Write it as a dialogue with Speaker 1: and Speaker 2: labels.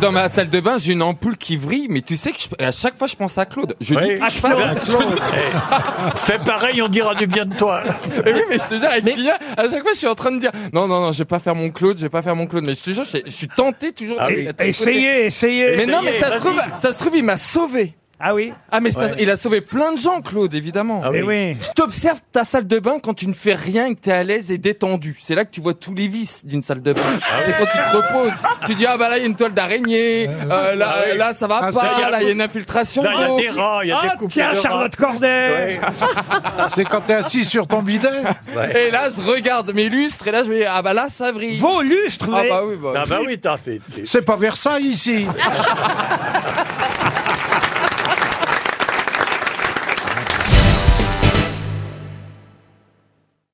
Speaker 1: Dans ma salle de bain, j'ai une ampoule qui vrille, mais tu sais que je- à chaque fois je pense à Claude. Je
Speaker 2: Oui.
Speaker 1: dis touche pas.
Speaker 2: Ah, Claude. Eh, Fais pareil, on dira du bien de toi.
Speaker 1: Mais oui, mais je te jure, avec Kylian, à chaque fois je suis en train de dire non, non, non, je vais pas faire mon Claude, je vais pas faire mon Claude, mais je te jure, je, je suis tenté toujours.
Speaker 2: Ah
Speaker 1: de-
Speaker 2: oui.
Speaker 1: de- de-
Speaker 3: Essayez, essayez.
Speaker 1: Mais non, mais ça se
Speaker 2: Essayez,
Speaker 1: trouve, ça se trouve, il m'a sauvé.
Speaker 3: Ah oui
Speaker 1: Ah mais ça-
Speaker 2: Ouais.
Speaker 1: il a sauvé plein de gens, Claude, évidemment.
Speaker 2: Ah
Speaker 3: Eh oui.
Speaker 1: Je t'observe ta salle de bain quand tu ne fais rien et que t'es à l'aise et détendu. C'est là que tu vois tous les vices d'une salle de bain. c'est quand tu te reposes. Tu dis, ah bah là, il y a une toile d'araignée, euh, là,
Speaker 2: Ah Ah oui.
Speaker 1: là, ça va
Speaker 4: Ah, ça,
Speaker 1: pas,
Speaker 2: y a-
Speaker 1: là, il y a une infiltration
Speaker 2: Là, il y a
Speaker 1: d'eau.
Speaker 2: des rats, il y a des
Speaker 3: Ah,
Speaker 2: couples
Speaker 3: tiens,
Speaker 2: de rats.
Speaker 3: Charlotte Corday
Speaker 4: C'est quand t'es assis sur ton bidet.
Speaker 1: Et là, je regarde mes lustres et là, je me dis, ah bah là, ça brille.
Speaker 3: Vos lustres
Speaker 1: ah
Speaker 3: vous
Speaker 1: bah
Speaker 3: avez-
Speaker 1: oui, bah.
Speaker 2: Ah bah oui, t'as- c'est- c'est-
Speaker 4: C'est pas Versailles ici.